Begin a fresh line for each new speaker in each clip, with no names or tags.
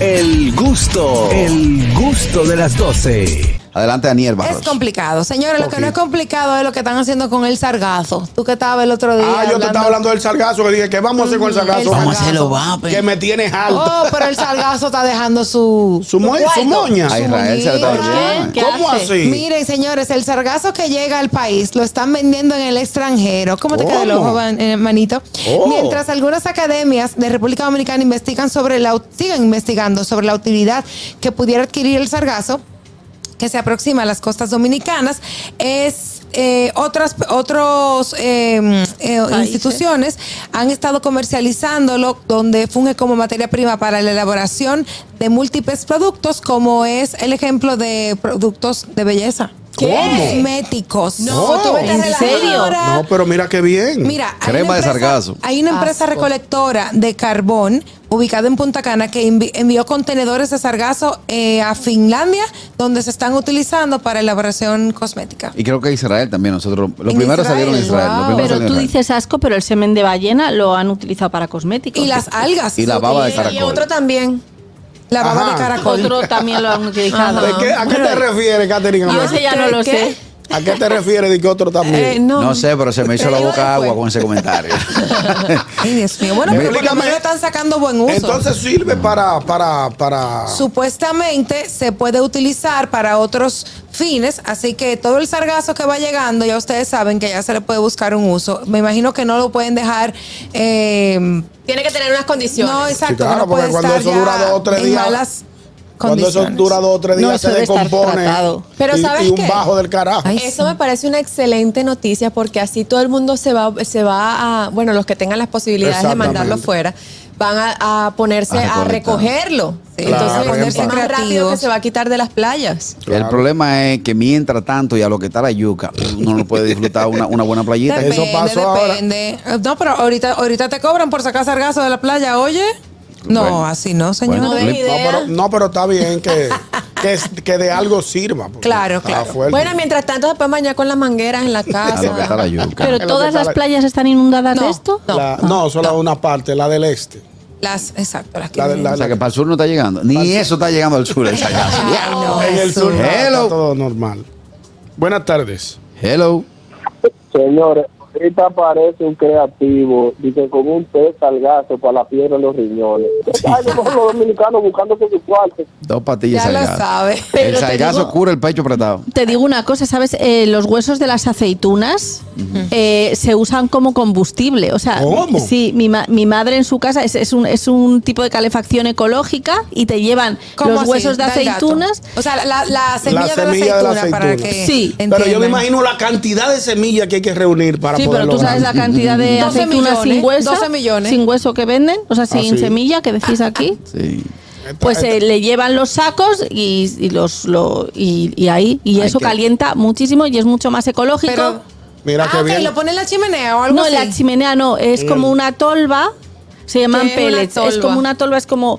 El gusto, el gusto de las 12.
Adelante, Daniel Barros.
Es complicado. Señores, lo que no es complicado es lo que están haciendo con el sargazo. Tú que estabas el otro día.
Ah, yo te estaba hablando del sargazo, que dije, ¿qué vamos a hacer con el
Mm, el
sargazo?
Vamos a hacerlo,
papi.
Que me tienes alto.
Oh, pero el sargazo está dejando su.
Su, mo- su
cuarto.
moña.
A Israel se le está
¿Por
olvidando.
qué?
¿Cómo
hace?
así?
Miren, señores, el sargazo que llega al país lo están vendiendo en el extranjero. ¿Cómo te queda el
¿Cómo?
ojo, man- eh, manito?
Oh.
Mientras algunas academias de República Dominicana investigan sobre la, ut- siguen investigando sobre la utilidad que pudiera adquirir el sargazo que se aproxima a las costas dominicanas, es eh, otras otros eh, eh,
Países.
instituciones han estado comercializándolo donde funge como materia prima para la elaboración de múltiples productos, como es el ejemplo de productos de belleza.
¿Qué?
Cosméticos.
No,
tú
vete a
¿en
relajar.
serio?
No, pero mira qué bien.
Mira, hay
Crema
una
de
empresa-
sargazo.
Hay una empresa
Asco.
recolectora de carbón ubicada en Punta Cana que envi- envió contenedores de sargazo eh, a Finlandia, donde se están utilizando para elaboración cosmética.
Y creo que Israel también. Nosotros, lo
En
primero
Israel,
salieron en Israel. lo
wow.
primero
Pero
salieron
tú
en Israel.
dices asco, pero el semen de ballena lo han utilizado para cosméticos.
Y las algas.
Y la baba de
utilizan.
caracol.
otro también.
La baba
Ajá.
de caracol.
Otro también lo han utilizado.
¿De qué- ¿A qué te refieres, Caterina?
Yo ese ya no lo sé.
¿A qué te refieres de que otro también?
Eh, no.
No sé, pero se me hizo la
Te digo
boca agua
después.
con ese comentario.
Ay, Dios mío. Bueno, pero por lo
Explícame.
menos están sacando buen uso.
Entonces sirve para, para, para.
Supuestamente se puede utilizar para otros fines, así que todo el sargazo que va llegando, ya ustedes saben que ya se le puede buscar un uso. Me imagino que no lo pueden dejar. eh,
Tiene que tener unas condiciones.
no, exacto.
Sí, claro,
que no
porque
puede
cuando
estar
eso
ya
dura dos o tres
en
días-
malas
Cuando eso
condiciones.
dura dos o tres
No,
días
eso
se
debe estar
descompone.
tratado.
Pero
y,
¿sabes
y un
qué?
bajo del carajo.
Ay,
Eso
sí.
me parece una excelente noticia porque así todo el mundo se va, se va a, bueno, los que tengan las posibilidades de
Exactamente.
mandarlo fuera, van a, a ponerse
A
a, recogerlo.
Sí.
Claro,
Entonces,
bien
ponerse
padre.
más rápido que
Creativos.
se va a quitar de las playas.
El problema es que mientras tanto, y a lo que está la yuca, uno no puede disfrutar una, una buena playita.
Depende,
Eso pasó ahora.
depende. Eh, No, pero ahorita, ahorita te cobran por sacar sargazo de la playa, oye. No,
Bueno.
así no, señor.
Bueno,
No
le-
den idea.
No, pero, no, pero está bien que, que, es- que de algo sirva. porque
Claro,
está
claro.
Ah, fuerte.
Bueno, mientras tanto se pueden bañar con las mangueras en la
a lo que está la
casa.
yuca.
Pero
Es lo que
todas
está
las
la-
playas están inundadas de
No,
esto.
no.
La- no, solo una parte, la del este.
Las, exacto, las que
La de-
vienen.
la-
o sea que para el sur no está llegando. Ni eso está llegando al sur, el sargazo.
Ay, no,
en el
eso.
sur está,
Hello.
está todo normal. Buenas tardes.
Hello.
Señores, ahorita aparece un creativo, dice con un té salgazo para la piedra en los riñones. Ay, no, los dominicanos buscando su cuarto.
Dos patillas
Ya lo
sargazo.
sabe.
Pero
el
te
sargazo
digo-
cura el pecho apretado.
Te digo una cosa, ¿sabes? Eh, los huesos de las aceitunas eh, se usan como combustible. O sea,
¿Cómo?
sí, mi, ma- mi madre en su casa es, es un, es un tipo de calefacción ecológica y te llevan
¿Cómo
los
así?
huesos de
Da el dato.
aceitunas.
O sea, la, la- la semilla,
semilla
de,
de
la
la
aceituna para
aceituna.
que
Sí.
Pero yo me
entiendan.
imagino la cantidad de semillas que hay que reunir para
Sí,
poder
pero tú
lograr.
sabes la cantidad de
12
aceitunas sin
millones,
hueso,
12 millones.
sin hueso que venden, o sea, sin
Ah, sí.
semilla que decís aquí.
Sí.
Esta-
Pues
esta-
eh, le llevan los sacos y, y los lo- y, y ahí y
Ay,
eso
qué-
calienta muchísimo y es mucho más ecológico.
Pero,
Mira
ah,
qué
ok,
bien.
lo pone en la chimenea o algo
No,
así.
la chimenea no, es como una tolva, se llaman
¿Qué es una
pellets, es como
tolva?
una tolva, es como...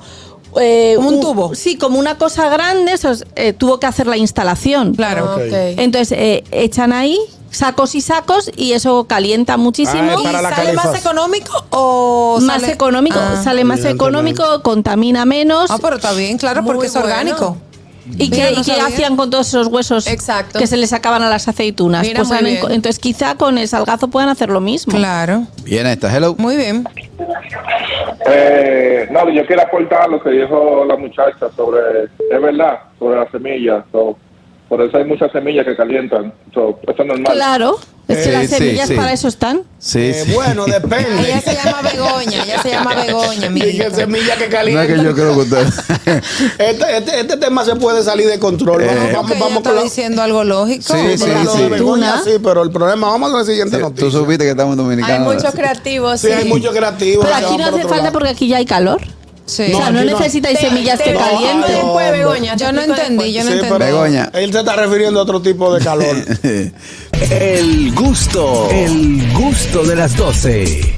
eh,
Como un tubo.
Sí, como una cosa grande, eso es, eh, tuvo que hacer la instalación.
Claro.
Ok.
Entonces, eh, echan ahí sacos y sacos y eso calienta muchísimo.
Ah, es para
¿Y
la
sale más
calefacción.
económico o
más
sale-
económico,
Ah.
sale más
Evidentemente.
económico, contamina menos.
Ah, pero está bien, claro,
Muy
porque es
bueno.
orgánico.
¿Y
Mira,
qué,
no
y qué
sabía.
hacían con todos esos huesos
Exacto.
que se les sacaban a las aceitunas?
Mira,
Pues
muy
han
bien.
enco- entonces quizá con el salgazo puedan hacer lo mismo.
Claro,
Bien esta. Hello.
muy bien.
Eh, no, yo quiero aportar lo que dijo la muchacha sobre, es verdad, sobre las semillas. So, por eso hay muchas semillas que calientan. So, eso es normal.
Claro, es que
Eh,
las
sí,
semillas
sí.
para eso están.
Sí,
Eh,
sí.
Bueno, depende.
Ella se llama Begoña, ella se llama Begoña, mi
Y que semilla que
No es
calienta.
que yo creo que usted-
este, este, este tema se puede salir de control. Vamos, vamos, vamos
está
con la,
diciendo algo lógico.
Sí,
Sí,
sí,
pero lo de
Eh, sí.
Begoña,
Tuna.
sí, pero el problema, vamos a la siguiente
Tú
noticia.
supiste que estamos en
Hay
Dominicana.
muchos creativos.
Sí, hay muchos creativos.
Pero
que
aquí
van
no
por
hace
otro
falta
lado.
porque aquí ya hay calor.
Sí.
o sea, no,
aquí no.
necesitáis semillas que
te-
calienten.
te-
después, Begoña.
Yo no
te explico después.
entendí, yo no
Sí,
entendí.
pero
Begoña.
Él se está refiriendo a otro tipo de calor.
El gusto, el gusto de las 12.